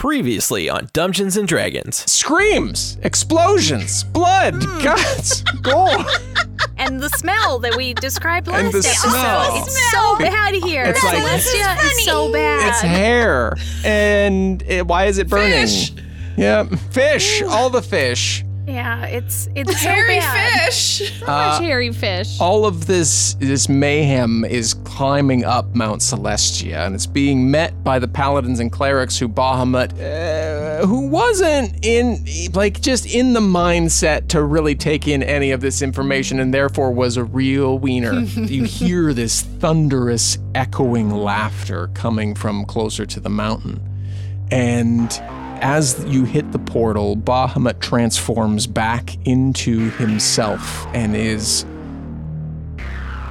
Previously on Dungeons and Dragons. screams, explosions, blood, guts, gore. and the smell that we described last And the episode. smell. It's so bad here. It's like- Celestia is so It's bad. hair. And it, why is it burning? Fish. Yep. Fish. All the fish. yeah, it's it's Hairy so bad. fish. Much hairy fish. All of this this mayhem is climbing up Mount Celestia, and it's being met by the paladins and clerics who Bahamut, uh, who wasn't in like just in the mindset to really take in any of this information, and therefore was a real wiener. you hear this thunderous, echoing laughter coming from closer to the mountain. And as you hit the portal, Bahamut transforms back into himself and is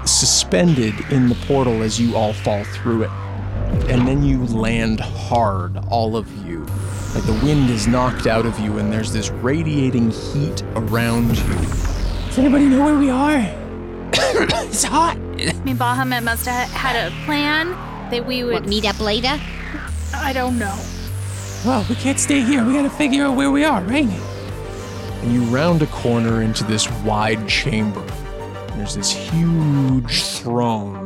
suspended in the portal as you all fall through it. And then you land hard, all of you. Like the wind is knocked out of you, and there's this radiating heat around you. Does anybody know where we are? it's hot. I mean, Bahamut must have had a plan that we would Meet up later. I don't know. Well, we can't stay here. We gotta figure out where we are, right? And you round a corner into this wide chamber. And there's this huge throne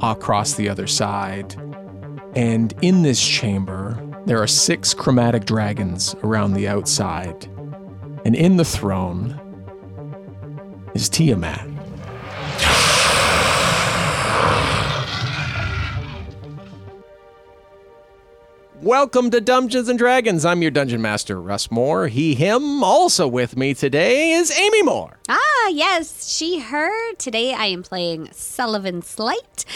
across the other side. And in this chamber, there are six chromatic dragons around the outside. And in the throne is Tiamat. Welcome to Dungeons and Dragons. I'm your dungeon master, Russ Moore. He, him. Also with me today is Amy Moore. Ah, yes, she, her. Today I am playing Sullivan Slight.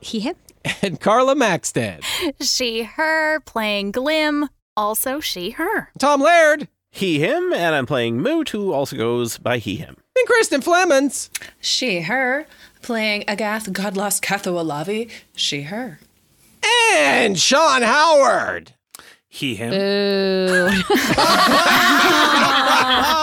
He, him. and Carla Maxted. She, her playing Glim. Also, she, her. Tom Laird He, him, and I'm playing Moot, who also goes by he, him. and Kristen Flemons. She, her. Playing Agath Godlost Katho Alavi. She, her. And Sean Howard. He, him. Ah, Ah.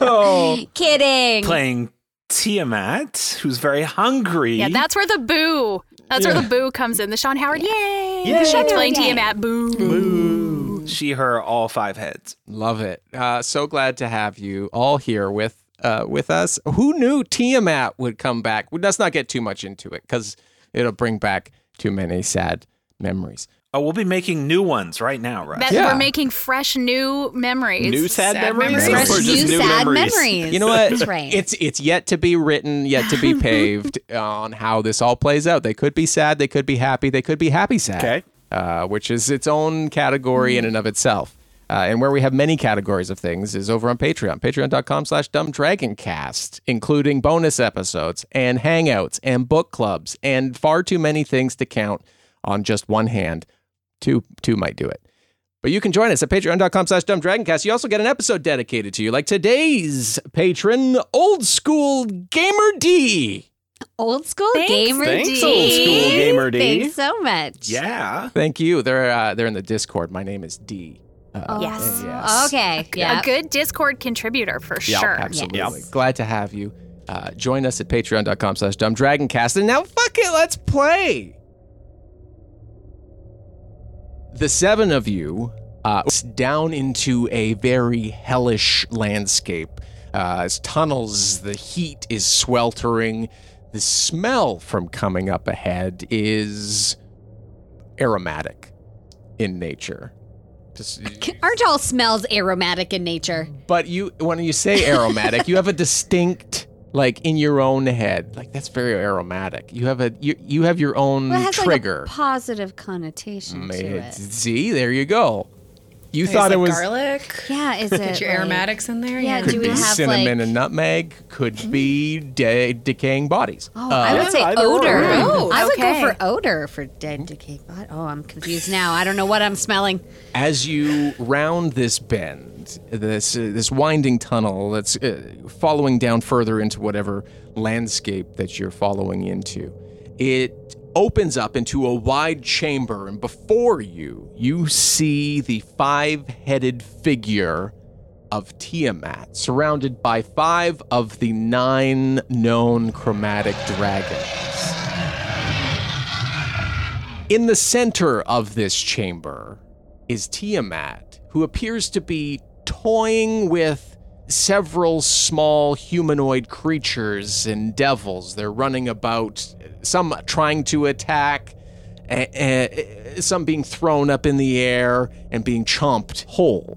Oh. Kidding. Playing Tiamat, who's very hungry. Yeah, that's where the boo. That's where the boo comes in. The Sean Howard, yay! Yay. She's playing Tiamat, boo. She, her, all five heads. Love it. Uh, so glad to have you all here with uh, with us. Who knew Tiamat would come back? Well, Let's not get too much into it because it'll bring back too many sad memories. Oh, we'll be making new ones right now, right? That Yeah. we're making fresh new memories. New sad, sad memories? memories. Or Fresh just new new sad memories. memories? You know what? That's right. It's it's yet to be written, yet to be paved on how this all plays out. They could be sad, they could be happy, they could be happy sad. Okay. Uh, which is its own category in and of itself. Uh, and where we have many categories of things is over on Patreon, patreon.com slash dumbdragoncast, including bonus episodes and hangouts and book clubs and far too many things to count on just one hand. Two, two might do it. But you can join us at patreon.com slash dumbdragoncast. You also get an episode dedicated to you, like today's patron, old school gamer D. Old school Thanks. gamer Thanks, D. old school gamer D. Thanks so much. Yeah. Thank you. They're uh, they're in the Discord. My name is D. Uh, Yes. Okay. Yeah. A good Discord contributor for yeah, sure. absolutely. Yes. Glad to have you. Uh, join us at patreon.com slash dumbdragoncast. And now, fuck it, let's play. The seven of you uh, s- down into a very hellish landscape. Uh, as tunnels, the heat is sweltering. The smell from coming up ahead is aromatic in nature. Just, Aren't all smells aromatic in nature? but you, when you say aromatic, you have a distinct, like in your own head, like that's very aromatic. You have a, you, you have your own Well, it has Mm, trigger. like a positive connotation to It's- it. See, there you go. You thought it was garlic. Yeah, is it Get your like- aromatics in there. Yeah, do could we be have cinnamon like? Mm-hmm. and nutmeg, could be de- decaying bodies. Um, oh, I would say I'd odor. order. Oh, I would okay. go for odor for dead decay. But oh, I'm confused now. I don't know what I'm smelling. As you round this bend, this uh, this winding tunnel that's uh, following down further into whatever landscape that you're following into, it opens up into a wide chamber, and before you, you see the five-headed figure of Tiamat, surrounded by five of the nine known chromatic dragons. In the center of this chamber is Tiamat, who appears to be toying with several small humanoid creatures and devils. They're running about, some trying to attack, eh, eh, eh, some being thrown up in the air and being chomped whole.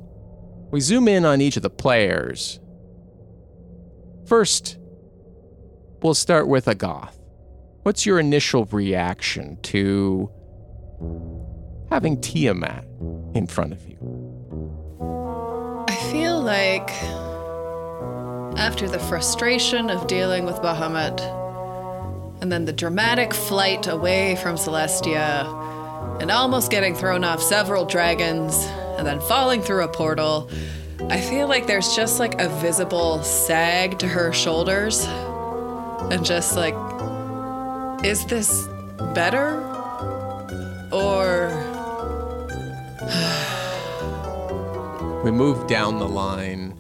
We zoom in on each of the players. First, we'll start with Agoth. What's your initial reaction to having Tiamat in front of you? I feel like after the frustration of dealing with Bahamut and then the dramatic flight away from Celestia and almost getting thrown off several dragons and then falling through a portal, I feel like there's just like a visible sag to her shoulders and just like, is this better? Or. We move down the line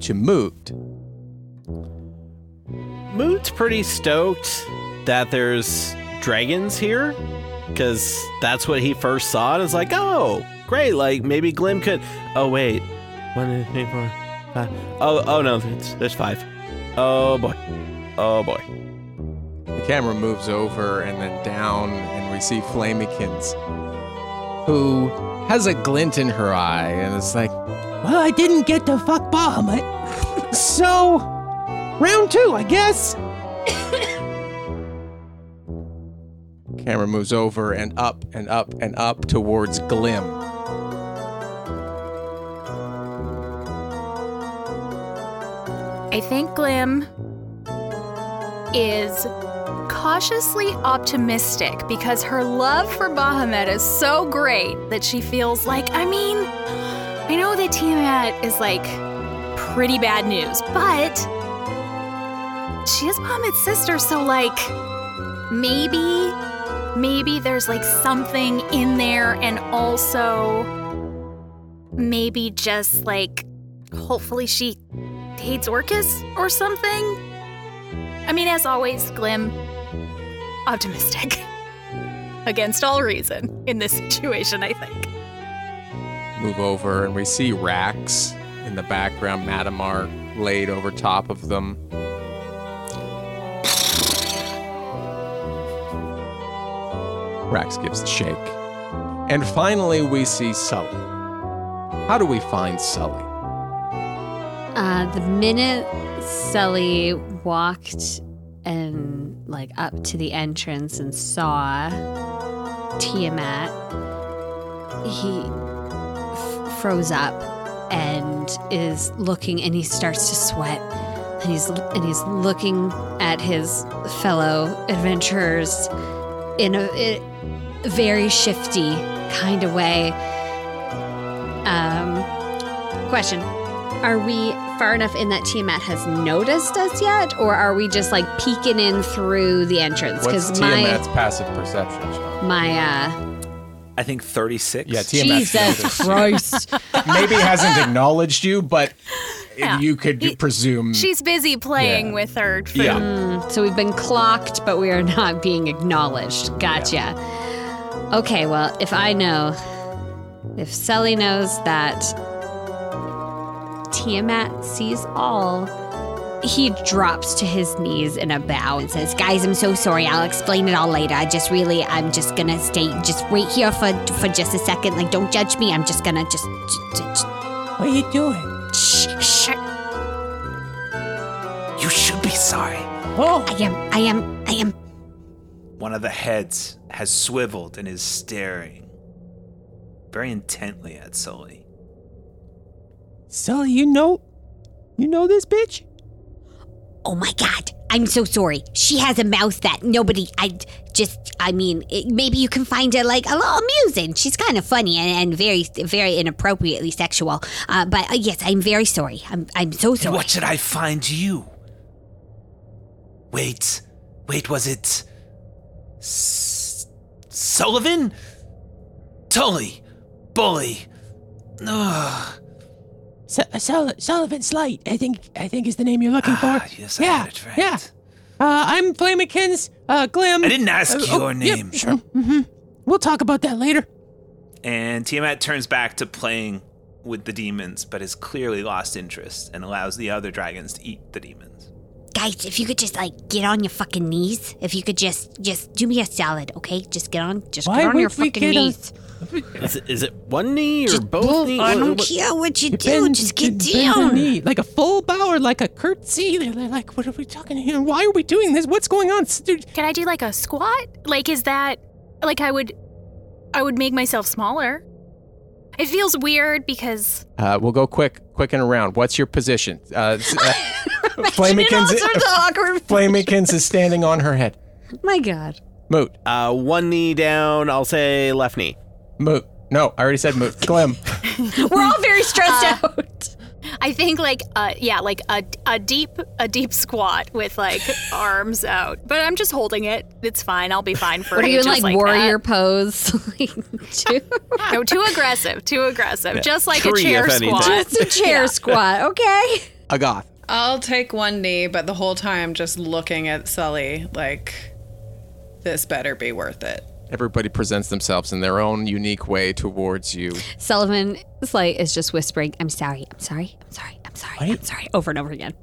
to Moot. Moot's pretty stoked that there's dragons here because that's what he first saw. And it's like, oh, great. Like maybe Glim could. Oh, wait. One, two, three, four, five. Oh, oh no, there's, there's five. Oh boy. Oh boy. The camera moves over and then down, and we see Flamikins, who has a glint in her eye and is like, Well, I didn't get to fuck Bahamut. so, round two, I guess. camera moves over and up and up and up towards Glim. I think Glim is cautiously optimistic because her love for Bahamut is so great that she feels like, I mean, I know that Tiamat is like pretty bad news, but she is Bahamut's sister, so like maybe, maybe there's like something in there, and also maybe just like hopefully she hates Orcus or something. I mean, as always, Glim, optimistic. Against all reason in this situation, I think. move over and we see racks in the background, Matamar laid over top of them. Rax gives the shake. And finally, we see Sully. How do we find Sully? Uh, the minute Sully walked and like up to the entrance and saw Tiamat, he f- froze up and is looking, and he starts to sweat, and he's and he's looking at his fellow adventurers in a, a very shifty kind of way. Um, question. Are we far enough in that Tiamat has noticed us yet, or are we just like peeking in through the entrance? What's my Tiamat's passive perception? Sean? my uh, I think 36. Yeah, Tiamat's Jesus Christ! maybe hasn't acknowledged you, but Yeah. you could He- presume. She's busy playing Mm. Yeah. with her. Food. yeah. Mm, so we've been clocked, but we are not being acknowledged. Gotcha. Okay, well, if I know, if Sully knows that Tiamat sees all, he drops to his knees in a bow and says, "Guys, I'm so sorry. I'll explain it all later. I just really, I'm just gonna stay, just wait here for for just a second. Like, don't judge me. I'm just gonna just." What are you doing? Shh, shh. You should be sorry. Whoa! I am, I am, I am. One of the heads has swiveled and is staring very intently at Sully. Sully, you know, you know this bitch? Oh my god, I'm so sorry. She has a mouth that nobody. I just, I mean, it, maybe you can find her like a little amusing. She's kind of funny and, and very, very inappropriately sexual. Uh, but uh, yes, I'm very sorry. I'm, I'm so Then sorry. what should I find you? Wait, wait, was it S- Sullivan? Tully, bully. Ugh. Su- Sul- Sullivan Slight, I think, I think is the name you're looking Ah, for. yes, I yeah, got it right. yeah. Uh, I'm Flamikins, uh, Glim. I didn't ask Uh, your oh, yep, name. sure. hmm We'll talk about that later. And Tiamat turns back to playing with the demons, but has clearly lost interest and allows the other dragons to eat the demons. guys if you could just like get on your fucking knees if you could just just do me a salad okay just get on just Why get on would your we fucking get on- knees Is it, is it one knee or Just both knees? i What- don't what- care what you do Bend- just get bend the down knee, like a full bow or like a curtsy. They're they're like, what are we talking here? Why are we doing this? What's going on? Stu- Can I do like a squat? Like, is that like I would, I would make myself smaller. It feels weird because Uh, we'll go quick, quick and around. What's your position? Uh, s- uh, Imagine all Flamekins, sorts of awkward- Flamekins is standing on her head. my god Moot, Uh, one knee down. I'll say left knee. moot. No, I already said moot. Glim. we're all very stressed Uh, out I think like uh yeah like a a deep a deep squat with like arms out. But I'm just holding it. It's fine. I'll be fine for what are you ages in like, like warrior pose like two- that. No, too aggressive. Too aggressive. Just like Three, a chair if anything. squat. just a chair squat okay Agoth. I'll take one knee, but the whole time just looking at Sully like, this better be worth it. Everybody presents themselves in their own unique way towards you. sullivan slight is just whispering i'm sorry i'm sorry i'm sorry i'm sorry Why- i'm sorry over and over again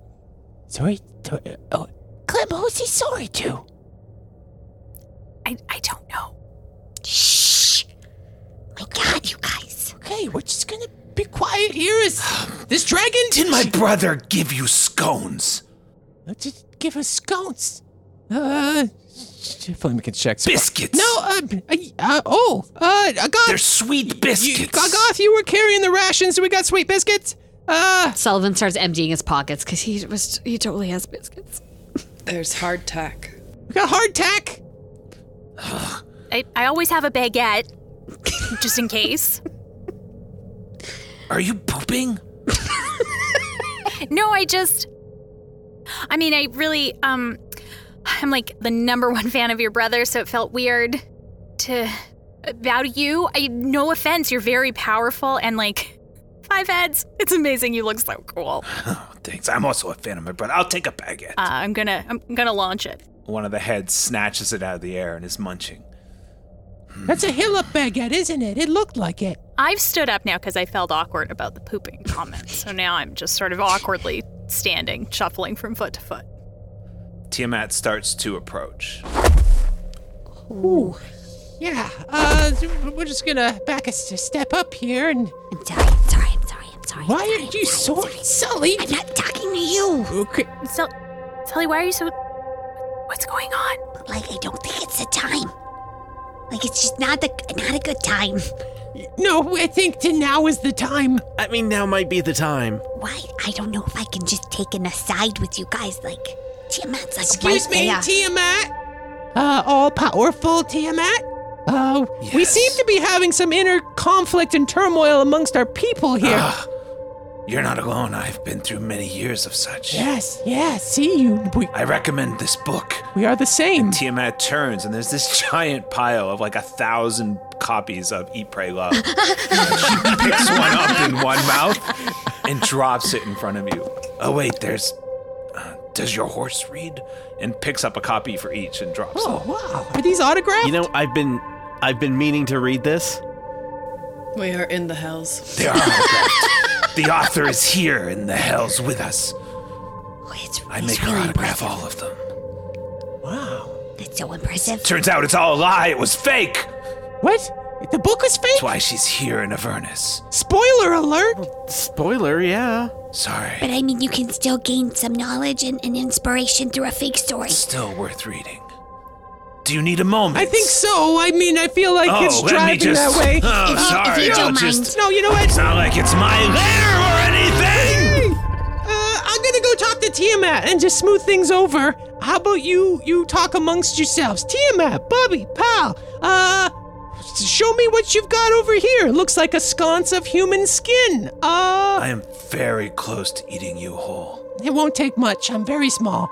Sorry, to- oh, Glim, who's he sorry to? I, I don't know. shh my god you guys Okay, we're just gonna be quiet here. Is this dragon? Did my brother give you scones? Uh, Just give us scones. Uh, Flamikins checks. Biscuits? No, uh, uh, uh, oh, uh, Agoth. They're sweet You, biscuits. Gogoth, you were carrying the rations, so we got sweet biscuits. Uh, Sullivan starts emptying his pockets because he was he totally has biscuits. There's hardtack. we got hardtack. I, I always have a baguette just in case. Are you pooping? No, I just I mean, I really um I'm like the number one fan of your brother, so it felt weird to bow to you. I no offense, you're very powerful and like five heads. It's amazing. You look so cool. Uh, Oh, thanks. I'm also a fan of my brother. I'll take a baguette. I'm gonna I'm gonna launch it. One of the heads snatches it out of the air and is munching. That's a hill up baguette, isn't it? It looked like it. I've stood up now because I felt awkward about the pooping comment. So now I'm just sort of awkwardly standing, shuffling from foot to foot. Tiamat starts to approach. Yeah. Uh, we're just gonna back a s- step up here and. I'm sorry. I'm sorry. I'm sorry. I'm sorry. Why are you so Sully? I'm not talking to you. Okay. So, Sully, why are you so? What's going on? Like I don't think it's the time. Like it's just not the not a good time. No, I think to now is the time. I mean, now might be the time. Why? I don't know if I can just take an aside with you guys. Like Tiamat's like Excuse right me, there. Tiamat. Uh, all powerful Tiamat. Uh, we Yes. seem to be having some inner conflict and turmoil amongst our people here. Ah. You're not alone. I've been through many years of such. yes, yes. See you. We, I recommend this book. we are the same. Tiamat turns, and there's this giant pile of like a thousand copies of Eat, Pray, Love. And she picks one up in one mouth and drops it in front of you. Oh, wait, there's. Uh, does your horse read? And picks up a copy for each and drops Oh wow! Are these autographed? You know, I've been, I've been meaning to read this. We are in the hells. them. They are autographed. the author is here in the hells with us. Oh, It's, I it's make her really autograph impressive. all of them. That's so impressive. Turns out it's all a lie. It was fake. What? The book was fake? That's why she's here in Avernus. Spoiler alert! Spoiler, yeah. Sorry. But I mean, you can still gain some knowledge and, and inspiration through a fake story. Still worth reading. Do you need a moment? I think so. I mean, I feel like Oh, it's let me driving just. that way. Oh, If you- if sorry. you I'll don't just. No, you know what? It's not like it's my lair or anything. Uh, I'm gonna go talk to Tiamat and just smooth things over. How about you? You talk amongst yourselves. Tiamat, Bubby, Pal. Uh, show me what you've got over here. Looks like a sconce of human skin. Uh, I am very close to eating you whole. it won't take much. I'm very small.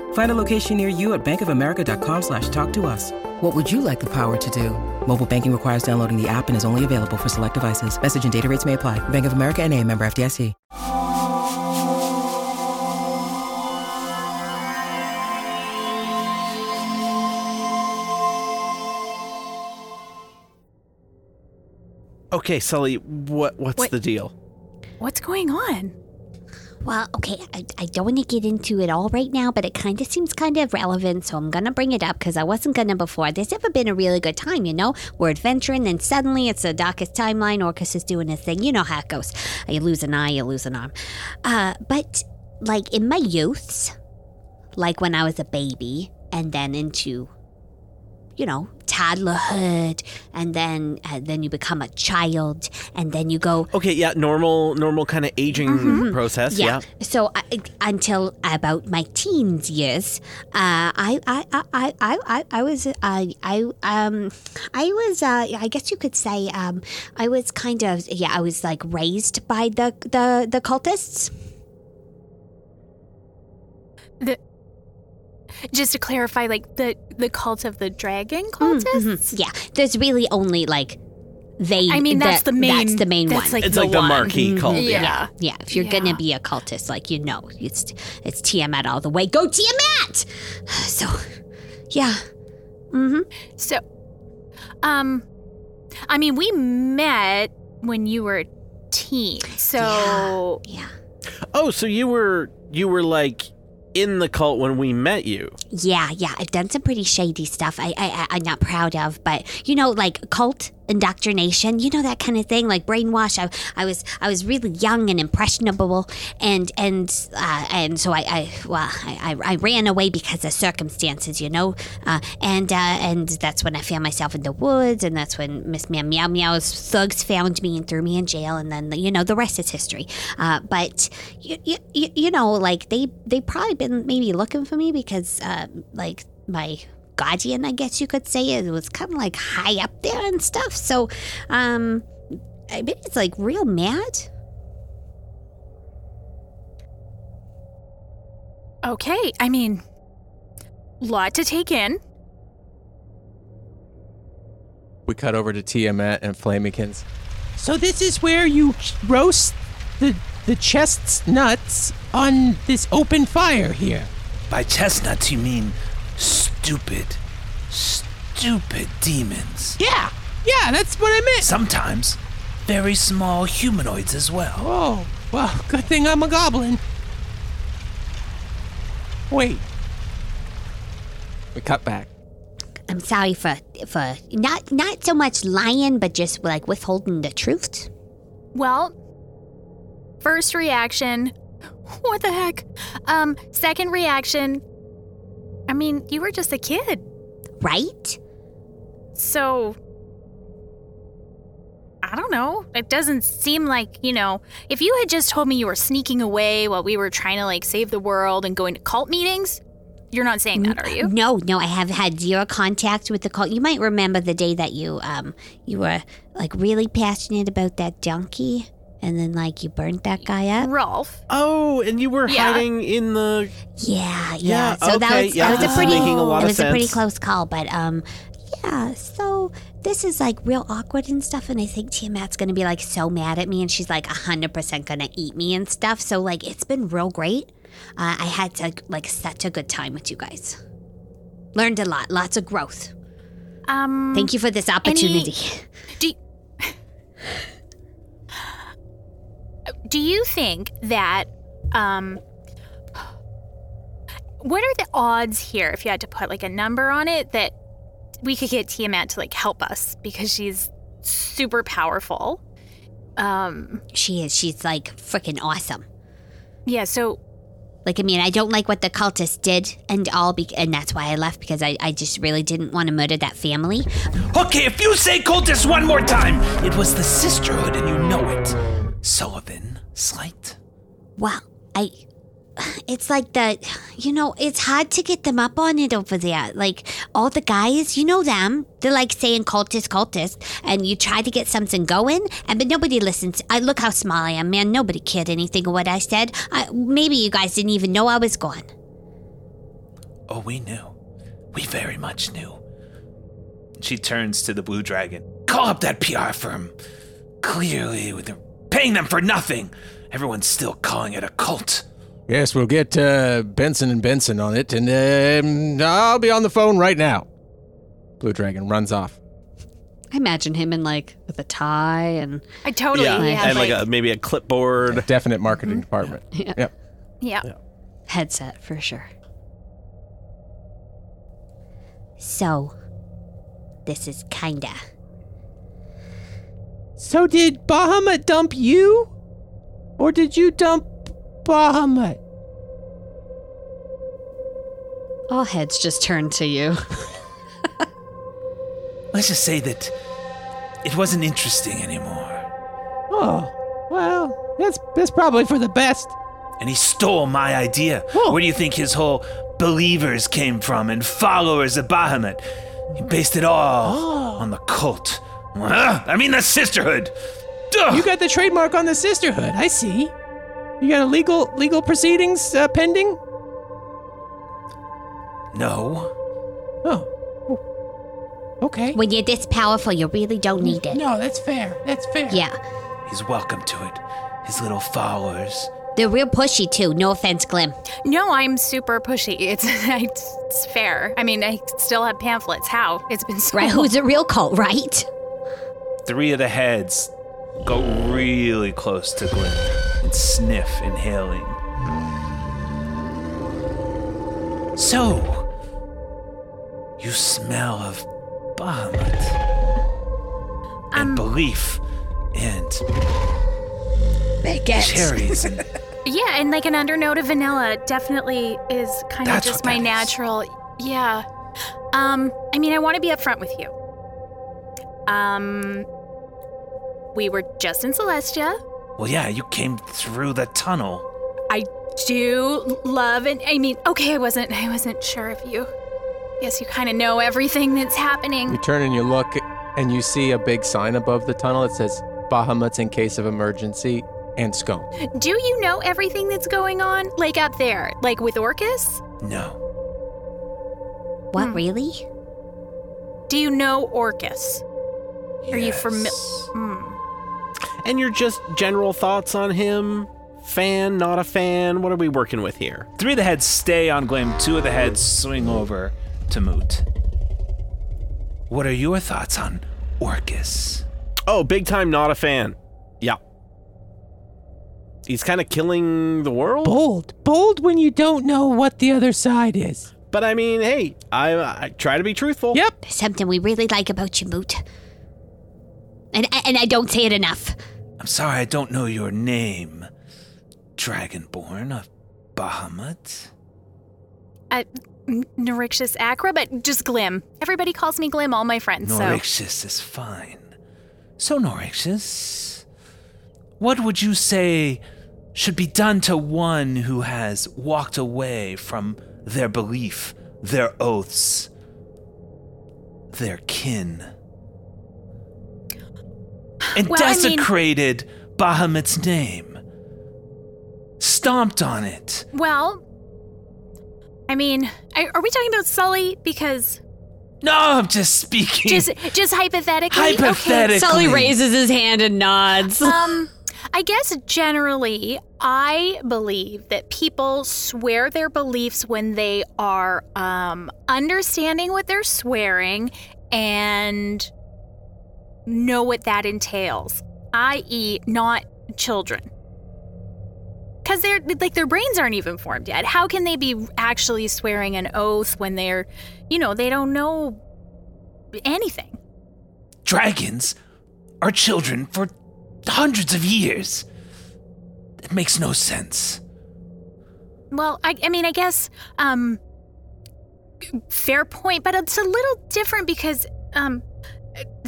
Find a location near you at bankofamerica.com slash talk to us. What would you like the power to do? Mobile banking requires downloading the app and is only available for select devices. Message and data rates may apply. Bank of America and a member FDIC. Okay, Sully, what what's Wait. the deal? What's going on? Well, okay, I, I don't want to get into it all right now, but it kind of seems kind of relevant, so I'm going to bring it up because I wasn't going to before. There's ever been a really good time, you know? We're adventuring, and suddenly it's the darkest timeline. Orcus is doing his thing. You know how it goes. You lose an eye, you lose an arm. Uh, but, like, in my youths, like when I was a baby, and then into you know, toddlerhood, and then uh, then you become a child, and then you go Okay, yeah, normal normal kind of aging Mm-hmm. process. Yeah. so I, until about my teens years, uh, I, I, I, I, I, I- I was, uh, I, um, I was, uh, I guess you could say, um, I was kind of, yeah, I was like raised by the the the cultists. Just to clarify, like the the cult of the dragon cultists. Mm, mm-hmm. Yeah, there's really only like they. I mean, that's the, main. That's the main that's one. Mm-hmm. Like It's the like the one. marquee cult. Yeah. yeah, if you're Yeah. gonna be a cultist, like you know, it's it's Tiamat all the way. Go Tiamat! So, yeah. So, um, I mean, we met when you were a teen. So, Yeah. Oh, so you were you were like in the cult when we met you. Yeah, yeah, I've done some pretty shady stuff. I, I, I I'm not proud of, but you know, like cult indoctrination, you know that kind of thing, like brainwash. I, I was, I was really young and impressionable, and and uh, and so I, I well, I, I, I ran away because of circumstances, you know, uh, and uh, and that's when I found myself in the woods, and that's when Miss Meow Meow Meow's thugs found me and threw me in jail, and then you know the rest is history. Uh, but you, you, you know, like they they probably been maybe looking for me because uh, like my guardian, I guess you could say, it was kind of like high up there and stuff. So, um, I mean, it's like real mad. okay. I mean, lot to take in. We cut over to Tiamat and Flamikins. So this is where you ch- roast the the chest's nuts on this open fire here. By chestnuts, you mean stupid, stupid demons. Yeah, yeah, that's what I meant. Sometimes very small humanoids as well. Oh, well, good thing I'm a goblin. Wait, We cut back. I'm sorry for for not not so much lying, but just like withholding the truth. Well, first reaction, what the heck? Um, second reaction, I mean, you were just a kid. Right? So, I don't know. It doesn't seem like, you know, if you had just told me you were sneaking away while we were trying to like save the world and going to cult meetings, you're not saying that, are you? No, no, I have had zero contact with the cult. You might remember the day that you um you were like really passionate about that donkey and then like you burnt that guy up. Rolf. Oh, and you were Yeah. hiding in the. Uh, Yeah, yeah. Yeah, so that okay, was yeah, that was this a is pretty making a lot that of was a pretty sense. close call, but um, yeah. So this is like real awkward and stuff, and I think Tiamat's gonna be like so mad at me, and she's like hundred percent gonna eat me and stuff. So like it's been real great. Uh, I had to, like such a good time with you guys. Learned a lot, lots of growth. Um, Mm-hmm. Thank you for this opportunity. Do you, do you think that um what are the odds here if you had to put like a number on it that we could get Tiamat to like help us because she's super powerful. Um She is. She's like freaking awesome. yeah, so Like I mean, I don't like what the cultists did, and all, be- and that's why I left because I, I just really didn't want to murder that family. Okay, if you say cultist one more time, it was the sisterhood and you know it. Sullivan, slight. Well, I. It's like the, you know, it's hard to get them up on it over there. Like all the guys, you know them. They're like saying cultist, cultist, and you try to get something going, and but nobody listens. I look how small I am, man. Nobody cared anything of what I said. I, maybe you guys didn't even know I was gone. Oh, we knew. We very much knew. She turns to the blue dragon. Call up that PR firm. Clearly, they're paying them for nothing. Everyone's still calling it a cult. Yes, we'll get uh, Benson and Benson on it, and um, I'll be on the phone right now. Blue Dragon runs off. I imagine him in like with a tie and I totally yeah, and like, a, maybe a clipboard. Definite marketing department. Yeah. Yep. yeah. headset for sure. So, this is kinda. So did Bahamut dump you? Or did you dump Bahamut? All heads just turn to you. Let's just say that it wasn't interesting anymore. Oh, well, that's that's probably for the best. And he stole my idea. Oh. Where do you think his whole believers came from and followers of Bahamut? He based it all on the cult. Huh? I mean, the sisterhood. Duh. You got the trademark on the sisterhood. I see. You got a legal legal proceedings uh, pending? no. Oh. Oh. Okay. When you're this powerful, you really don't need it. No, that's fair. That's fair. Yeah. He's welcome to it. His little followers. They're real pushy too. No offense, Glim. No, I'm super pushy. It's it's fair. I mean, I still have pamphlets. How? It's been so Right? Who's a real cult, right? Three of the heads go really close to Glim and sniff, inhaling. So, you smell of Bahamut and belief and cherries and Yeah, and like an undernote of vanilla definitely is kind That's of what just my that is. natural. Yeah. Um, I mean, I want to be upfront with you. Um, we were just in Celestia. well, yeah, you came through the tunnel. I do love and I mean, okay, I wasn't I wasn't sure if you. Yes, you kind of know everything that's You happening. turn and you look, and you see a big sign above the tunnel that says Bahamut's in case of emergency and scone. Do you know everything that's going on like up there, like with Orcus? No, What, really? Do you know Orcus? Are you Hmm. familiar? Yes. And your just general thoughts on him? Fan, not a fan? What are we working with here? Three of the heads stay on Glim, two of the heads swing over to Moot. What are your thoughts on Orcus? Oh, big time, not a fan. Yeah. He's kind of killing the world. Bold. Bold when you don't know what the other side is. But I mean, hey, I, I try to be truthful. Yep. There's something we really like about you, Moot. And and I don't say it enough. I'm sorry, I don't know your name. Dragonborn of Bahamut? uh, n- Neurixious Acra, but just Glim. Everybody calls me Glim, all my friends. So Norixus is fine. So, Norixus, what would you say should be done to one who has walked away from their belief, their oaths, their kin, and Well, I mean- desecrated Bahamut's name, stomped on it. Well, I mean, I, are we talking about Sully? Because No, I'm just speaking. just just hypothetically, okay. Hypothetically. Sully raises his hand and nods. Um, I guess generally, I believe that people swear their beliefs when they are um, understanding what they're swearing and know what that entails, i.e., not children. Because they're like their brains aren't even formed yet. How can they be actually swearing an oath when they're, you know, they don't know anything? Dragons are children for hundreds of years. It makes no sense. Well, I, I mean, I guess, um, g- fair point, but it's a little different because, um,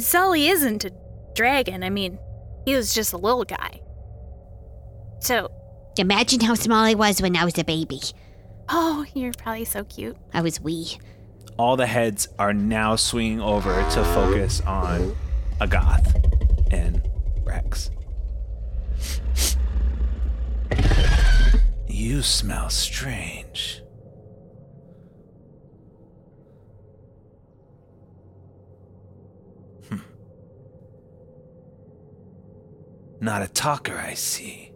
Sully isn't a dragon. I mean, he was just a little guy. So, Imagine how small I was when I was a baby. oh, you're probably so cute. I was wee. All the heads are now swinging over to focus on Agath and Rex. You smell strange. Hmm. Not a talker, I see.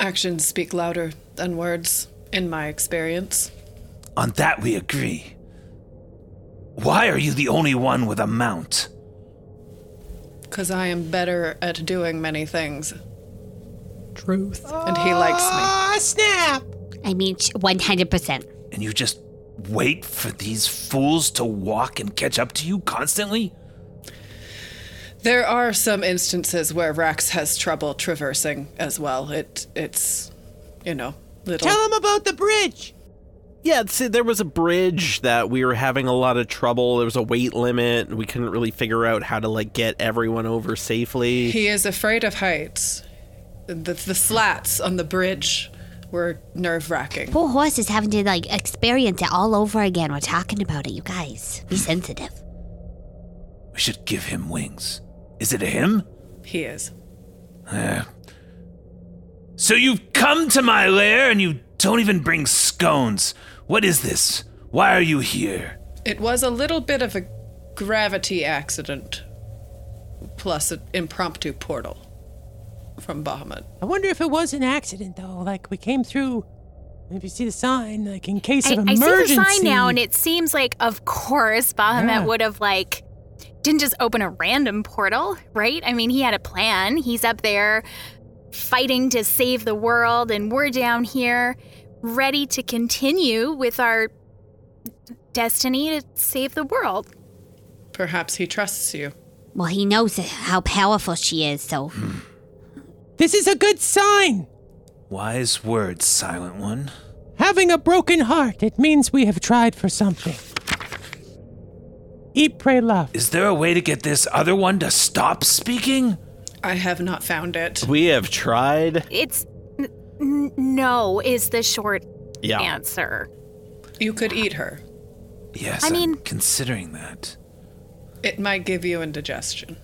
Actions speak louder than words, in my experience. On that we agree. Why are you the only one with a mount? Because I am better at doing many things. Truth. And he likes me. Ah, snap! I mean, sh- 100%. And you just wait for these fools to walk and catch up to you constantly? There are some instances where Rex has trouble traversing as well. It It's, you know, little. Tell him about the bridge. Yeah, see, there was a bridge that we were having a lot of trouble. There was a weight limit. and We couldn't really figure out how to like get everyone over safely. He is afraid of heights. The, the slats on the bridge were nerve wracking. Poor horse is having to, like, experience it all over again. We're talking about it, you guys. Be sensitive. We should give him wings. Is it him? He is. Eh. so you've come to my lair and you don't even bring scones. What is this? Why are you here? It was a little bit of a gravity accident, plus an impromptu portal from Bahamut. I wonder if it was an accident though. Like we came through. If you see the sign, like in case I, of I see the emergency. sign now, and it seems like, of course, Bahamut Yeah. would have, like, didn't just open a random portal, right? I mean, he had a plan. He's up there fighting to save the world, and we're down here ready to continue with our destiny to save the world. Perhaps he trusts you. Well, he knows how powerful she is, so This is a good sign. Wise words, Silent One. Having a broken heart, it means we have tried for something. Eat, pray, love. Is there a way to get this other one to stop speaking? I have not found it. We have tried. It's n- n- no, is the short Yeah. answer. You could eat her. Yes, I I mean, mean- am considering that. It might give you indigestion.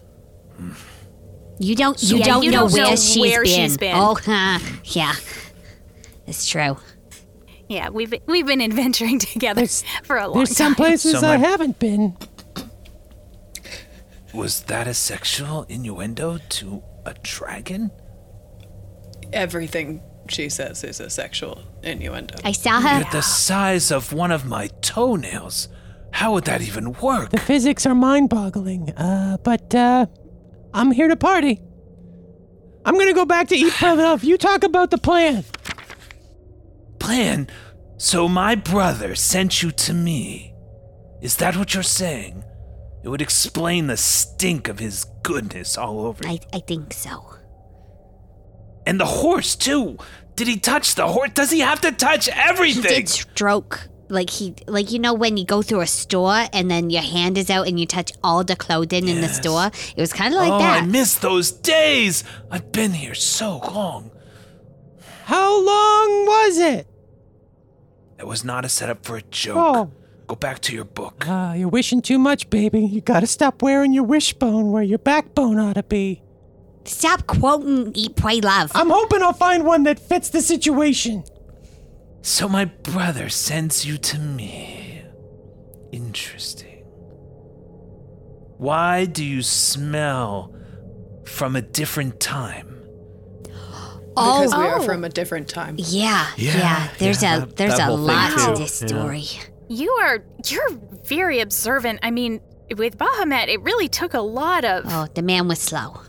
you don't you Yeah, don't you know don't where, know she's, where been. she's been. Oh, huh. yeah. It's true. Yeah, we've we've been adventuring together for a long There's some time. places So I my- haven't been. Was that a sexual innuendo to a dragon? Everything she says is a sexual innuendo. I saw You're her. the size of one of my toenails. How would that even work? The physics are mind-boggling. Uh, but uh, I'm here to party. I'm gonna go back to eat, pray, love. You talk about the plan. Plan. So my brother sent you to me. Is that what you're saying? It would explain the stink of his goodness all over. you. I, I think so. And the horse too. Did he touch the horse? Does he have to touch He everything? did stroke like he like you know when you go through a store and then your hand is out and you touch all the clothing in the Yes. store. It was kind of like oh, that. I miss those days. I've been here so long. How long was it? That was not a setup for a joke. Oh. Go back to your book. Ah, you're wishing too much, baby. You gotta stop wearing your wishbone where your backbone ought to be. Stop quoting Eat, Pray, Love. I'm hoping I'll find one that fits the situation. So my brother sends you to me. Interesting. Why do you smell from a different time? Because we Oh. are from a different time. Yeah, Yeah, yeah. There's yeah, a that- there's that a whole thing lot too. to this Yeah. story. You are you're very observant. I mean, with Bahamut, it really took a lot of Oh, the man was slow.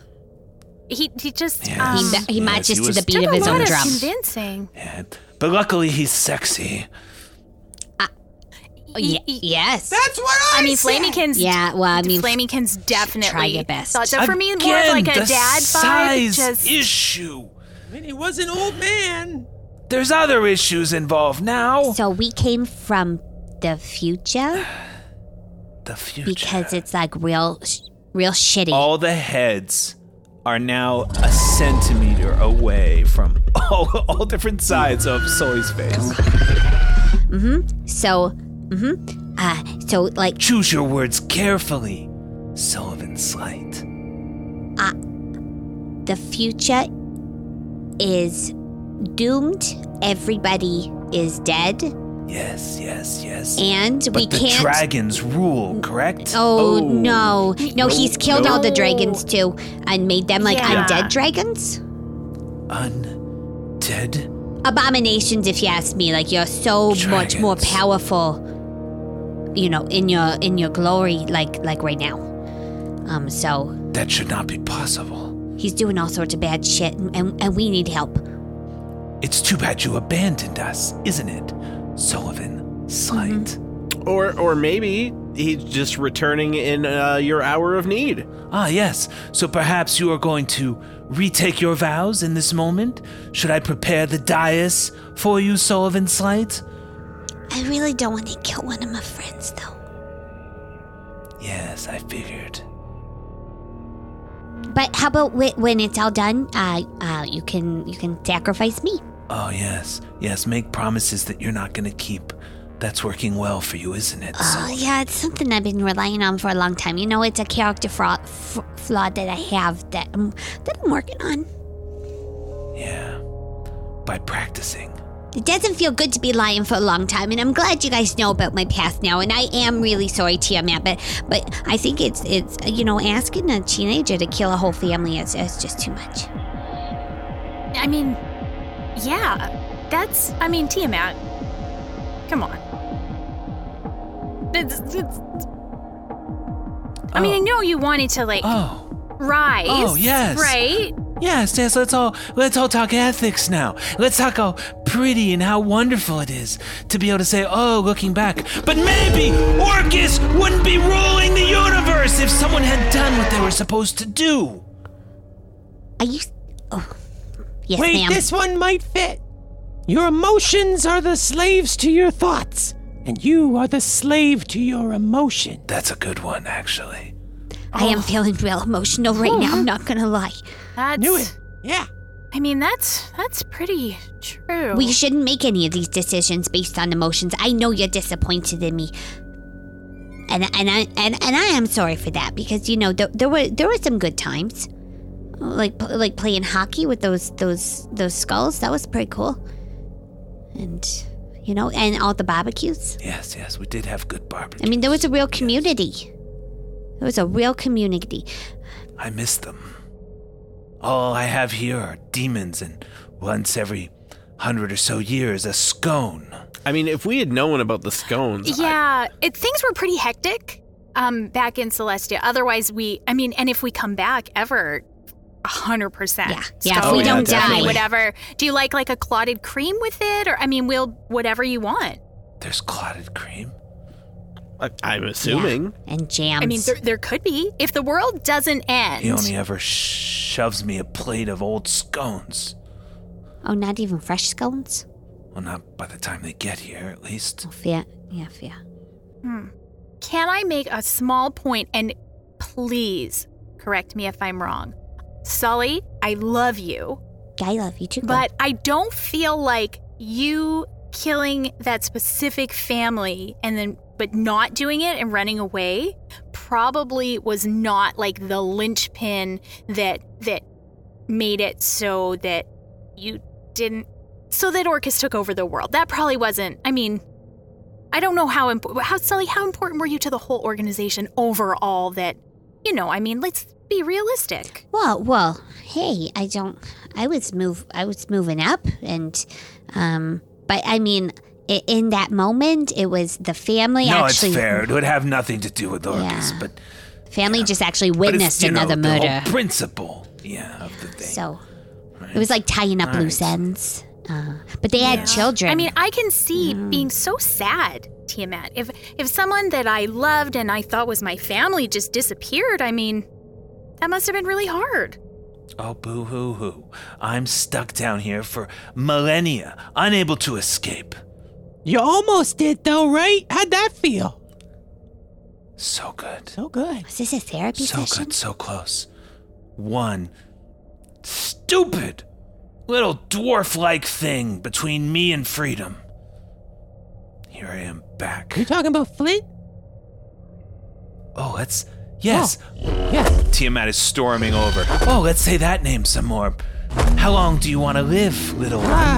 he he just He, um, ma- he yes, marches he to was- the beat took of a his lot own of drum. convincing. Yeah, but luckily he's sexy. Oh, ye- He- he- yes. That's what I, I mean, said. Flamikins. Yeah, well, I mean, Flamikins definitely try your best. Thought, so for me, more of like a Again, the dad vibe. size Just issue. I mean, he was an old man. There's other issues involved now. So we came from the future the future. because it's like real, sh- real shitty. all the heads are now a centimeter away from all, all different sides of Sully's face. Mm-hmm. So, hmm uh, so like Choose your words carefully, Sullivan Slight. Uh, the future is doomed. Everybody is dead, Yes, yes, yes. and but we the can't. dragons rule, correct? Oh, no. No, he's killed all the No. dragons too and made them like Yeah. undead dragons. Undead. Abominations if you ask me. Like you're so much more Dragons. powerful you know, in your in your glory like like right now. Um so That should not be possible. he's doing all sorts of bad shit and and, and we need help. It's too bad you abandoned us, isn't it, Sullivan Slight? Or, or maybe he's just returning in uh, your hour of need. Ah, yes. So perhaps you are going to retake your vows in this moment? Should I prepare the dais for you, Sullivan Slight? I really don't want to kill one of my friends though. Yes, I figured. But how about whe- when it's all done, uh, uh, you can you can sacrifice me. Oh, yes. Yes, make promises that you're not going to keep. That's working well for you, isn't it? Oh, yeah, it's something I've been relying on for a long time. You know, it's a character flaw, f- flaw that I have that I'm, that I'm working on. yeah. By practicing. It doesn't feel good to be lying for a long time, and I'm glad you guys know about my past now. And I am really sorry, Tiamat, but but I think it's it's you know asking a teenager to kill a whole family is, is just too much. I mean, yeah, that's I mean Tiamat. Come on. It's, it's, I mean, I know you wanted to like Oh. rise. Oh, yes. Right. Yes, yes, let's all let's all talk ethics now. Let's talk how pretty and how wonderful it is to be able to say, oh, looking back. But maybe Orcus wouldn't be ruling the universe if someone had done what they were supposed to do. Are you? Oh, yes, Wait, ma'am. this one might fit. Your emotions are the slaves to your thoughts, and you are the slave to your emotion. That's a good one, actually. I am feeling real emotional right now. I'm not gonna lie. That's. Knew it. Yeah. I mean, that's that's pretty true. We shouldn't make any of these decisions based on emotions. I know you're disappointed in me. And and I and, and I am sorry for that because you know there, there were there were some good times. Like like playing hockey with those those those skulls. That was pretty cool. And you know, and all the barbecues. Yes, yes, we did have good barbecue. I mean, there was a real community. There was a real community. I miss them. All I have here are demons, and once every hundred or so years, a scone. I mean, if we had known about the scones, I- Yeah, it, things were pretty hectic um, back in Celestia. Otherwise, we, I mean, and if we come back ever, 100%. Yeah, yeah, if stuff we like don't that, I mean, die. Whatever. Do you like like a clotted cream with it? Or, I mean, we'll, whatever you want. There's clotted cream. I, I'm assuming. And jams. I mean, there, there could be. If the world doesn't end. He only ever shoves me a plate of old scones. oh, not even fresh scones. Well, not by the time they get here, at least. Oh, fair. Yeah, fair. Hmm. Can I make a small point and please correct me if I'm wrong? Sully, I love you. I love you too. girl. But I don't feel like you killing that specific family and then but not doing it and running away probably was not like the linchpin that that made it so that you didn't so that Orcus took over the world. That probably wasn't. I mean, I don't know how important how Sully, how important were you to the whole organization overall that you know, I mean, let's be realistic. Well, well, hey, I don't. I was move. I was moving up, and um, but I mean, i in that moment, it was the family. no, actually, it's fair. It would have nothing to do with Orcus, Yeah. but Family just actually but it's, witnessed you know, another the whole murder, principle, yeah, of the thing. so right? it was like tying up All loose right. ends. Uh, but they had children. I mean, I can see being so sad, Tiamat. If if someone that I loved and I thought was my family just disappeared, I mean, that must have been really hard. Oh, boo hoo hoo. I'm stuck down here for millennia, unable to escape. You almost did though, right? How'd that feel? So good. So good. was this a therapy So session? good, so close. One stupid little dwarf like thing between me and freedom. Here I am back. You talking about Flint? Oh, that's. Yes! Oh, Yeah. Tiamat is storming over. Oh, let's say that name some more. How long do you want to live, little one? Ah.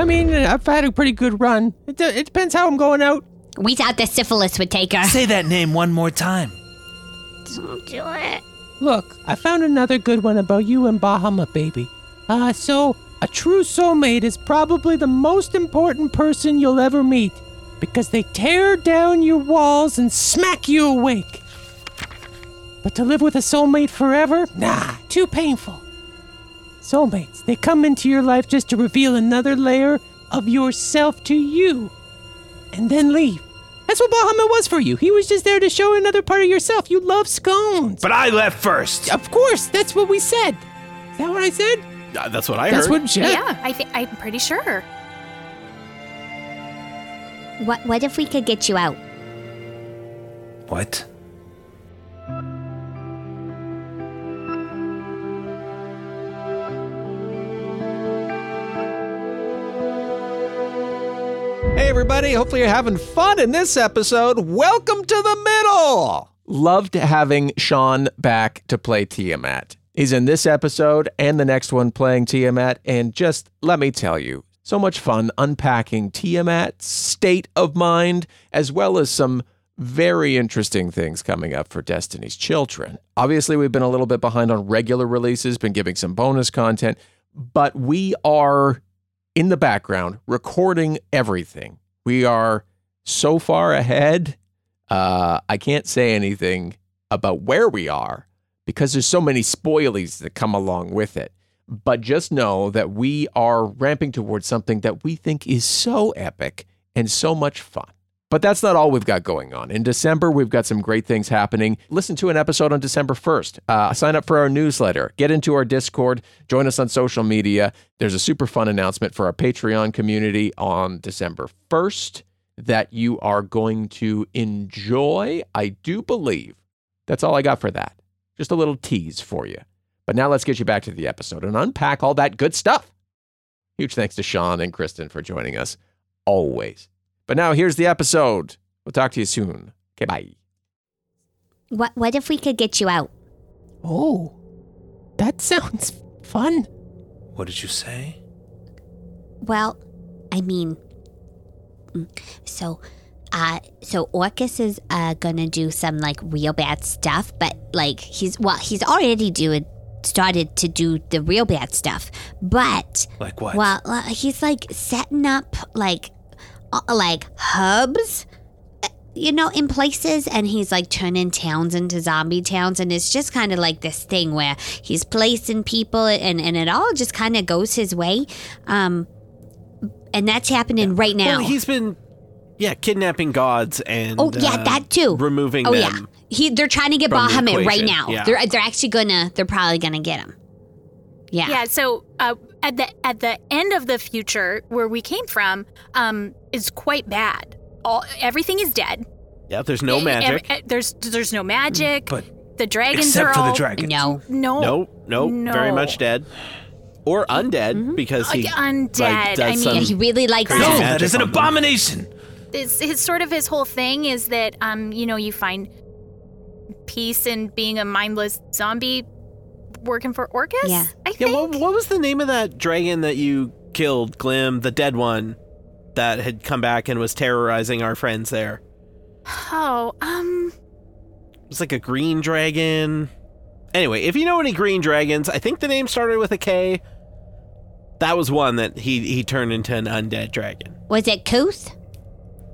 I mean, I've had a pretty good run. It, de- it depends how I'm going out. we thought the syphilis would take her. Say that name one more time. Don't do it. Look, I found another good one about you and Bahama, baby. Uh, so, a true soulmate is probably the most important person you'll ever meet because they tear down your walls and smack you awake. But to live with a soulmate forever? Nah, too painful. Soulmates, they come into your life just to reveal another layer of yourself to you and then leave. That's what Bahama was for you. He was just there to show another part of yourself. You love scones. But I left first. Of course, that's what we said. Is that what I said? Uh, that's what I that's heard. what Jen. Yeah, I think I'm pretty sure. What? What if we could get you out? What? Hey, everybody. Hopefully, you're having fun in this episode. Welcome to the middle. Loved having Sean back to play Tiamat. He's in this episode and the next one playing Tiamat. And just let me tell you, so much fun unpacking Tiamat's state of mind, as well as some very interesting things coming up for Destiny's Children. Obviously, we've been a little bit behind on regular releases, been giving some bonus content, but we are in the background recording everything. We are so far ahead. Uh, I can't say anything about where we are because there's so many spoilies that come along with it. But just know that we are ramping towards something that we think is so epic and so much fun. But that's not all we've got going on. In December, we've got some great things happening. Listen to an episode on December 1st. Uh, sign up for our newsletter. Get into our Discord. Join us on social media. There's a super fun announcement for our Patreon community on December 1st that you are going to enjoy. I do believe that's all I got for that. Just a little tease for you. But now let's get you back to the episode and unpack all that good stuff. Huge thanks to Sean and Kristen for joining us always. But now here's the episode. We'll talk to you soon. Okay, bye. What? What if we could get you out? Oh, that sounds fun. What did you say? Well, I mean, mm, so, uh, so Orcus is uh gonna do some like real bad stuff, but like he's well, he's already doing started to do the real bad stuff, but Like what? well, uh, he's like setting up like uh, like hubs. uh, You know, in places, and he's like turning towns into zombie towns, and it's just kind of like this thing where he's placing people, and and it all just kind of goes his way. Um, and that's happening right now. Well, he's been, yeah, kidnapping gods and Oh yeah, uh, that too. removing Oh them. yeah, he. They're trying to get from the Bahamut right equation. now. Yeah. They're they're actually gonna. They're probably gonna get him. Yeah. Yeah. so uh, at the at the end of the future where we came from, um, is quite bad. All everything is dead. Yeah, there's no E- magic. ev- e- there's there's no magic. But the dragons except are for all the dragon. No. no no, Oh, no, very no. Mm-hmm. much dead. Or undead because he Like, undead. Like, does I mean, some Yeah. He really likes Crazy No, him. magic that is an on them. abomination. it's, his sort of his whole thing is that um you know you find peace in being a mindless zombie working for Orcus? Yeah. I Yeah, think. what, what was the name of that dragon that you killed, Glim, the dead one that had come back and was terrorizing our friends there? oh, um, It was like a green dragon. Anyway, if you know any green dragons, I think the name started with a K. That was one that he he turned into an undead dragon. Was it Kuth?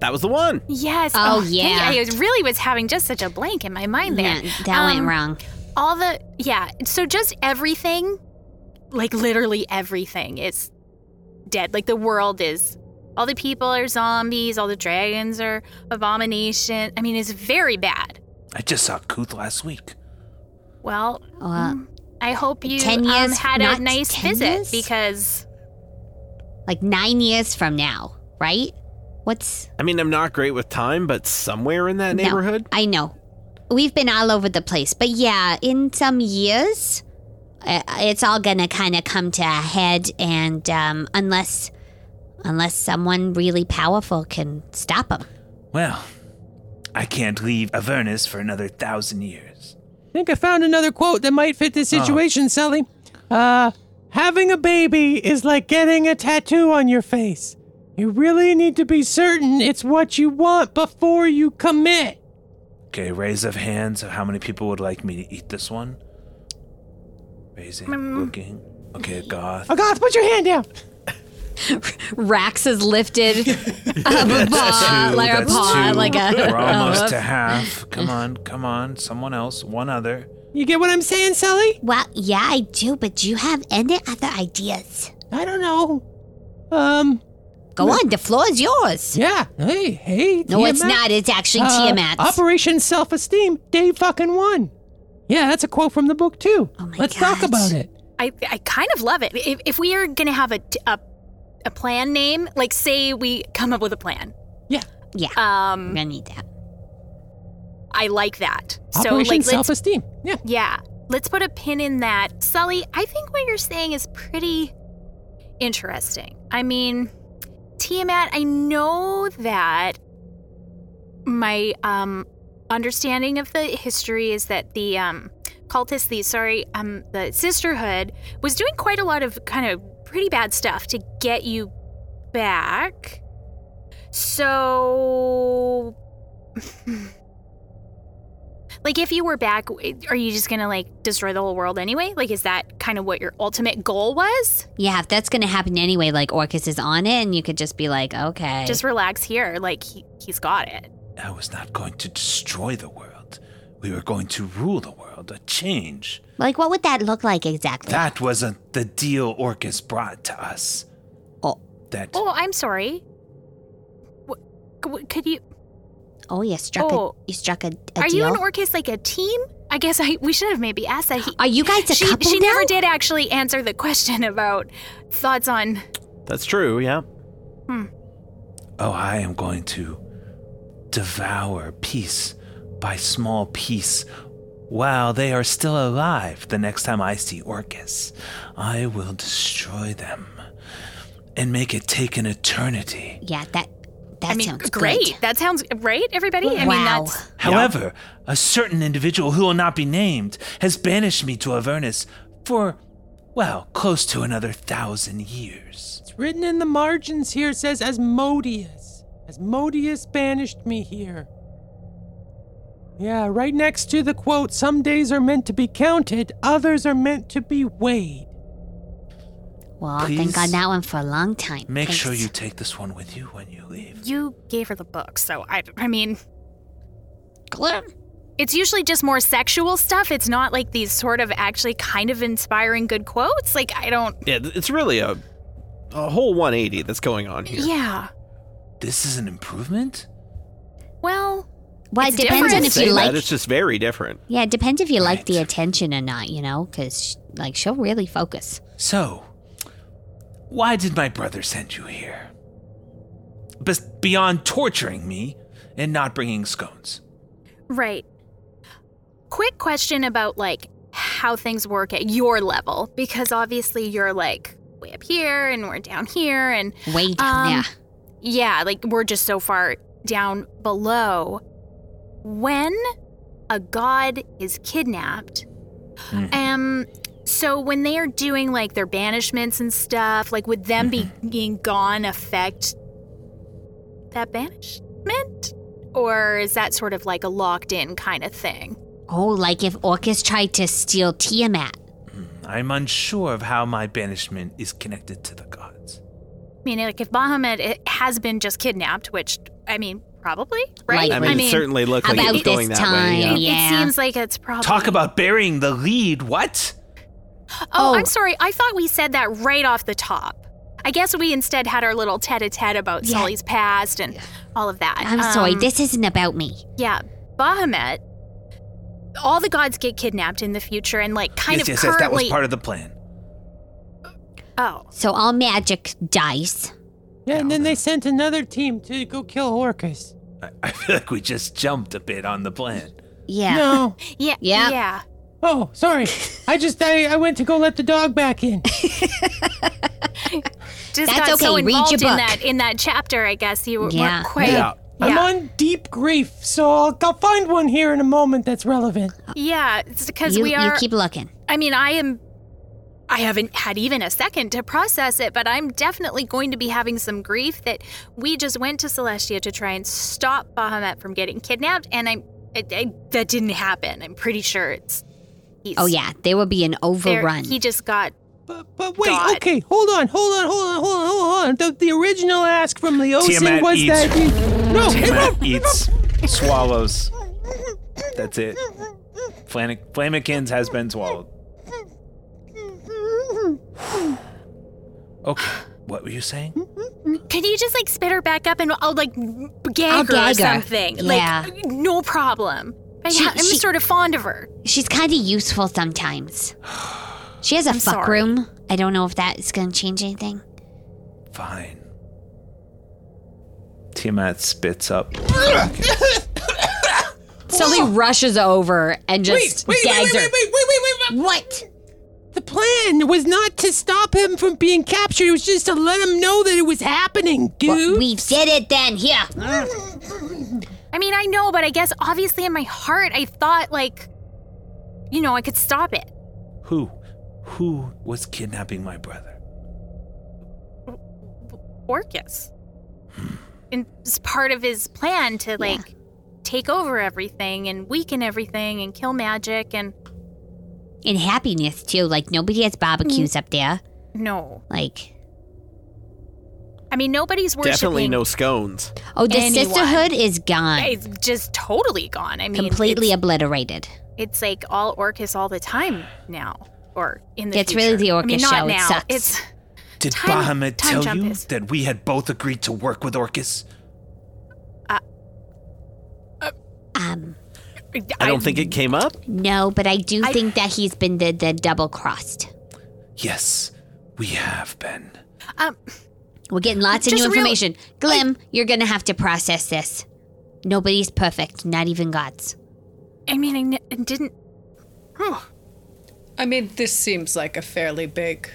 That was the one. yes. Oh, thank- yeah. I really was having just such a blank in my mind there. Yeah, that went Um, wrong. All the, yeah. So just everything, like literally everything is dead. Like the world is, all the people are zombies, all the dragons are abomination. I mean, it's very bad. I just saw Kuth last week. Well, Well, mm, I hope you 10 um, Uh, years- had not a nice 10 visit years? because Like nine years from now, right? What's I mean, I'm not great with time, but somewhere in that No, neighborhood. I know. We've been all over the place, but yeah, in some years, uh, it's all gonna kind of come to a head, and um, unless unless someone really powerful can stop them. Well, I can't leave Avernus for another thousand years. I think I found another quote that might fit this situation, Sally. Uh, having a baby is like getting a tattoo on your face. You really need to be certain it's what you want before you commit. Okay, raise of hands of how many people would like me to eat this one. Raising, Mm. looking. Okay, Goth. Oh, God, put your hand down. Rax is lifted Um, up a paw, Two, like a that's paw, two. like a. We're almost to half. Come on, come on. Someone else. One other. You get what I'm saying, Sally? Well, yeah, I do, but do you have any other ideas? I don't know. Um, Go on, the floor is yours. yeah. Hey, hey. No, it's Tiamat. not. It's actually Uh, Tiamat's. Operation Self Esteem, day fucking one. Yeah, that's a quote from the book, too. Oh my Let's talk God. about it. I, I kind of love it. If, if we are going to have a, t- a, a plan name, like say we come up with a plan. Yeah. yeah, I'm Um, gonna need that. I like that. so Operation like Self let's, Esteem. Yeah. yeah, let's put a pin in that. Sully, I think what you're saying is pretty interesting. I mean, Tiamat, I know that my um understanding of the history is that the um cultists, the sorry, um the sisterhood was doing quite a lot of kind of pretty bad stuff to get you back. So like if you were back, are you just going to like destroy the whole world anyway? Like is that kind of what your ultimate goal was? Yeah, if that's gonna happen anyway, like Orcus is on it, and you could just be like, okay, Just relax here, like he, he's got it. I was not going to destroy the world. We were going to rule the world, a change. Like, what would that look like exactly? That wasn't the deal Orcus brought to us. Oh. That Oh, I'm sorry. What, what- could you? oh, you struck Oh. a you struck a, a are deal. you and Orcus like a team? I guess I we should have maybe asked that. He, Are you guys a she couple she now? never did actually answer the question about thoughts on. That's true. Yeah. Oh, I am going to devour piece by small piece while they are still alive. The next time I see Orcus, I will destroy them and make it take an eternity. Yeah, that that I mean, sounds great. Good. That sounds right, everybody. I mean, wow. that's However, a certain individual who will not be named has banished me to Avernus for, well, close to another thousand years. It's written in the margins here. It says Asmodeus. Asmodeus banished me here. Yeah, right next to the quote, some days are meant to be counted, others are meant to be weighed. Well, I'll think on Please that one for a long time. Make sure Thanks. you take this one with you when you leave. you gave her the book, so I. I mean, Glum. it's usually just more sexual stuff. It's not like these sort of actually kind of inspiring good quotes. Like I don't. Yeah. th- It's really a a whole 180 that's going on here. Yeah. This is an improvement? Well, Well, It's it depends different. on if Say you that, like. it's just very different. Yeah, it depends if you like the Right. attention or not. You know, because like she'll really focus. So, why did my brother send you here? Bes beyond torturing me and not bringing scones. Right. Quick question about like how things work at your level because obviously you're like way up here and we're down here and Way down Um, there. yeah, like we're just so far down below. Mm-hmm. When a god is kidnapped, um So when they are doing like their banishments and stuff, like would them be Mm-hmm. being gone affect that banishment? Or is that sort of like a locked in kind of thing? Oh, like if Orcus tried to steal Tiamat. I'm unsure of how my banishment is connected to the gods. I mean, like if Bahamut i- has been just kidnapped, which I mean, probably, right? Like- I mean, it certainly looked like it about was going this that way. time, Yeah. it, yeah. it seems like it's probably. Talk about burying the lead. What? Oh, Oh. I'm sorry. I thought we said that right off the top. I guess we instead had our little tete-a-tete about Yeah. Sully's past and all of that. I'm sorry, Um, this isn't about me. Yeah, Bahamut. All the gods get kidnapped in the future, and like kind yes, of yes, yes. That currently. was part of the plan. oh, So all magic dies. Yeah, and then they sent another team to go kill Orcus. I, I feel like we just jumped a bit on the plan. Yeah. No. yeah, Yeah. yeah. Oh, sorry. I just I, I went to go let the dog back in. Just That's got so okay, read your involved in book. that in that chapter. I guess you were Yeah. weren't quite. Yeah. I'm on deep grief, so I'll, I'll find one here in a moment that's relevant. yeah, it's because You, we you are. keep looking. I mean, I am. I haven't had even a second to process it, but I'm definitely going to be having some grief that we just went to Celestia to try and stop Bahamut from getting kidnapped, and I'm. I, I, that didn't happen. I'm pretty sure it's. He's, Oh yeah, there will be an there- overrun. He just got But, but wait, God. okay, hold on, hold on, hold on, hold on, hold on. The, the original ask from Leosin Tiamat was eats. that he, no, Tiamat eats, swallows. That's it. Flan- Flamikins has been swallowed. Okay, what were you saying? Can you just like spit her back up and I'll like gag I'll her or gag her. something? Yeah. Like no problem. But She- yeah, I'm she- sort of fond of her. She's kind of useful sometimes. She has a fuck sorry. room. I don't know if that's going to change anything. Fine. Tiamat spits up. Sully rushes over and wait, just wait, wait, gags wait, wait, wait, wait, wait, wait. What? The plan was not to stop him from being captured. It was just to let him know that it was happening, dude. We did it then. Here. I mean, I know, but I guess obviously in my heart I thought like, you know, I could stop it. Who? Who was kidnapping my brother? Orcus. And it's part of his plan to like take over everything and weaken everything and kill magic and In happiness too. Like nobody has barbecues Mm. up there. no. Like I mean, nobody's worshiping. Definitely no scones. oh, the Anyone. sisterhood is gone. It's just totally gone. I mean, Completely it's- obliterated. it's like all Orcus all the time now, or in the It's future. really the I mean, Orcus not show. It Now. sucks. It's Did Time- Bahamut time tell jump you is- that we had both agreed to work with Orcus? Um, I don't think it came up. no, but I do I- think that he's been the, the double crossed. Yes, we have been. Um, We're getting lots of Just new real- information. Glim, you're going to have to process this. Nobody's perfect, not even gods. I mean, I n- I didn't. Huh. I mean, this seems like a fairly big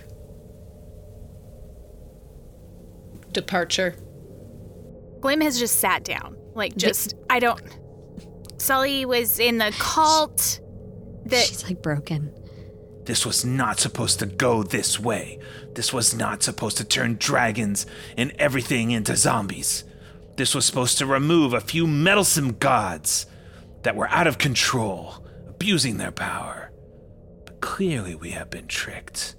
departure. Glim has just sat down. Like, just I don't. Sully was in the cult. That She's like broken. This was not supposed to go this way. This was not supposed to turn dragons and everything into zombies. This was supposed to remove a few meddlesome gods that were out of control, abusing their power. But clearly, we have been tricked.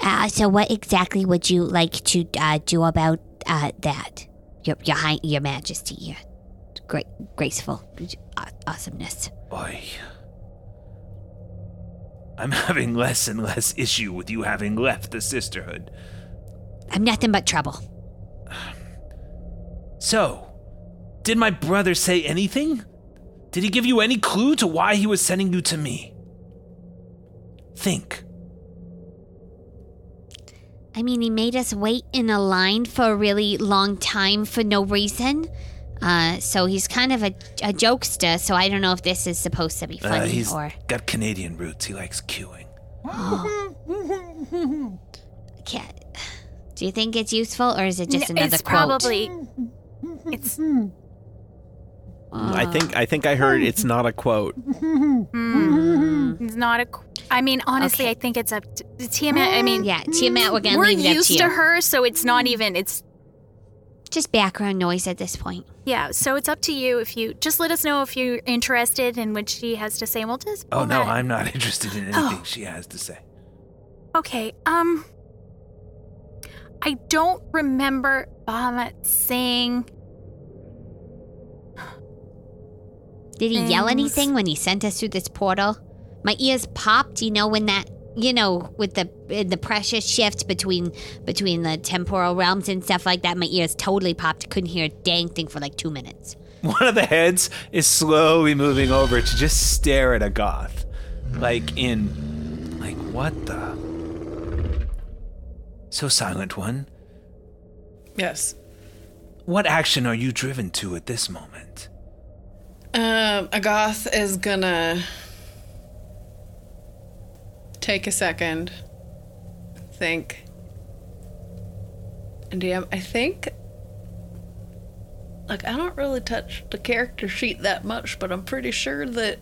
Uh, so, what exactly would you like to uh, do about uh, that? Your, your, high, your Majesty, your great, graceful aw- awesomeness. Oi. I'm having less and less issue with you having left the sisterhood. I'm nothing but trouble. So, did my brother say anything? Did he give you any clue to why he was sending you to me? Think. I mean, he made us wait in a line for a really long time for no reason. Uh, so he's kind of a, a jokester. So I don't know if this is supposed to be Uh, funny he's or got Canadian roots. He likes queuing. can't. Do you think it's useful or is it just n- another it's quote? probably. It's Mm-hmm. Oh. I think I think I heard it's not a quote. it's Hmm. not a. qu- I mean, honestly, I think it's up to Tiamat. I mean, Yeah, Tiamat, we're gonna we're leave it up to used you. her, so it's not even. It's Just background noise at this point. yeah. So it's up to you if you just let us know if you're interested in what she has to say. and We'll just. Oh we'll no, let- I'm not interested in Oh. anything she has to say. Okay, um I don't remember Bahamut saying Did he yell Things. anything when he sent us through this portal? My ears popped, you know, when that, you know, with the uh, the pressure shift between between the temporal realms and stuff like that. My ears totally popped. Couldn't hear a dang thing for like two minutes. One of the heads is slowly moving over to just stare at a goth, like in, like what the? So silent one, Yes. what action are you driven to at this moment? Um, a goth is gonna take a second, think, and DM. I think, like, I don't really touch the character sheet that much, but I'm pretty sure that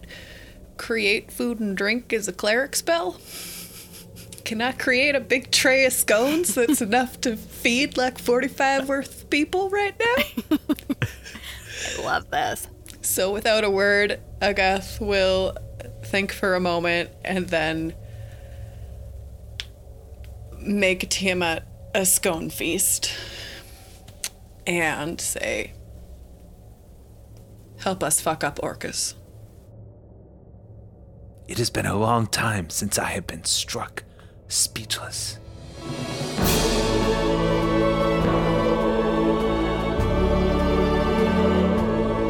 create food and drink is a cleric spell. Can I create a big tray of scones that's enough to feed like 45 worth people right now? I love this. So, without a word, Agath will think for a moment and then make Tiamat a scone feast and say, Help us fuck up Orcus. It has been a long time since I have been struck speechless.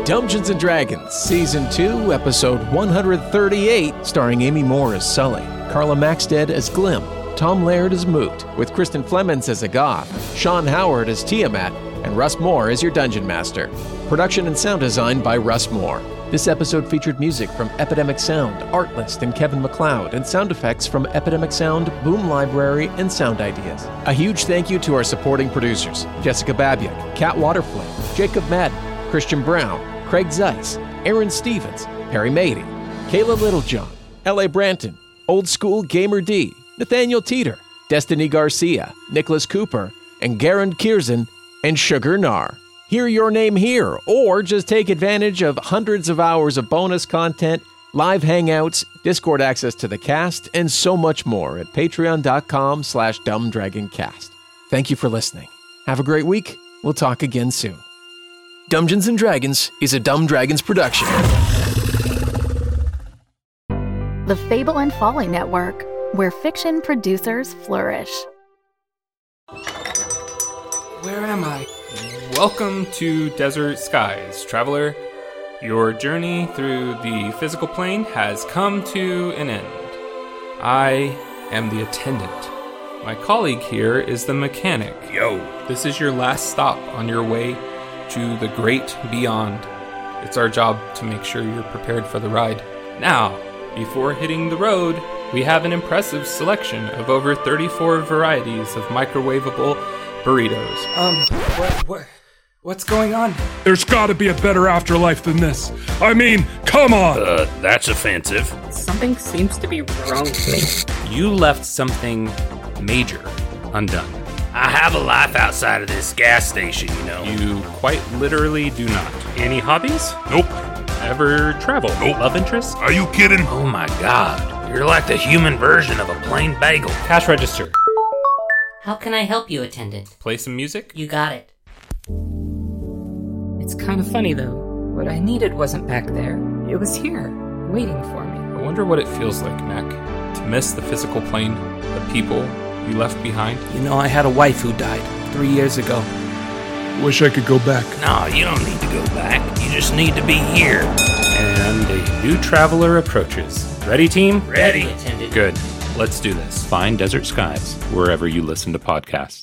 Dungeons and Dragons, Season 2, Episode 138, starring Amy Moore as Sully, Carla Maxted as Glim, Tom Laird as Moot, with Kristen Flemons as a goth, Sean Howard as Tiamat, and Russ Moore as your Dungeon Master. Production and sound design by Russ Moore. This episode featured music from Epidemic Sound, Artlist, and Kevin McLeod, and sound effects from Epidemic Sound, Boom Library, and Sound Ideas. A huge thank you to our supporting producers Jessica Babiak, Kat Waterflame, Jacob Madden, Christian Brown, Craig Zeiss, Aaron Stevens, Harry Mady, Kayla Littlejohn, L.A. Branton, Old School Gamer D, Nathaniel Teeter, Destiny Garcia, Nicholas Cooper, and Garand Kierzen, and Sugar Nar. Hear your name here, or just take advantage of hundreds of hours of bonus content, live hangouts, Discord access to the cast, and so much more at patreon.com slash dumbdragoncast. Thank you for listening. Have a great week. We'll talk again soon. Dungeons and Dragons is a Dumb Dragons production. The Fable and Folly Network, where fiction producers flourish. Where am I? Welcome to Desert Skies, traveler. Your journey through the physical plane has come to an end. I am the attendant. My colleague here is the mechanic. Yo! This is your last stop on your way to the great beyond. It's our job to make sure you're prepared for the ride. Now, before hitting the road, we have an impressive selection of over 34 varieties of microwavable burritos. Um, what, what, what's going on? There's gotta be a better afterlife than this. I mean, come on! Uh, that's offensive. Something seems to be wrong with me. You left something major undone. I have a life outside of this gas station, you know. You quite literally do not. Any hobbies? Nope. Ever travel? Nope. Love interest? Are you kidding? Oh my god. You're like the human version of a plain bagel. Cash register. How can I help you, attendant? Play some music? You got it. It's kind of funny, though. What I needed wasn't back there, it was here, waiting for me. I wonder what it feels like, Mac, to miss the physical plane, the people you left behind. You know, I had a wife who died three years ago. Wish I could go back. No, you don't need to go back. You just need to be here. And a new traveler approaches. Ready, team? Ready. Good. Let's do this. Find Desert Skies wherever you listen to podcasts.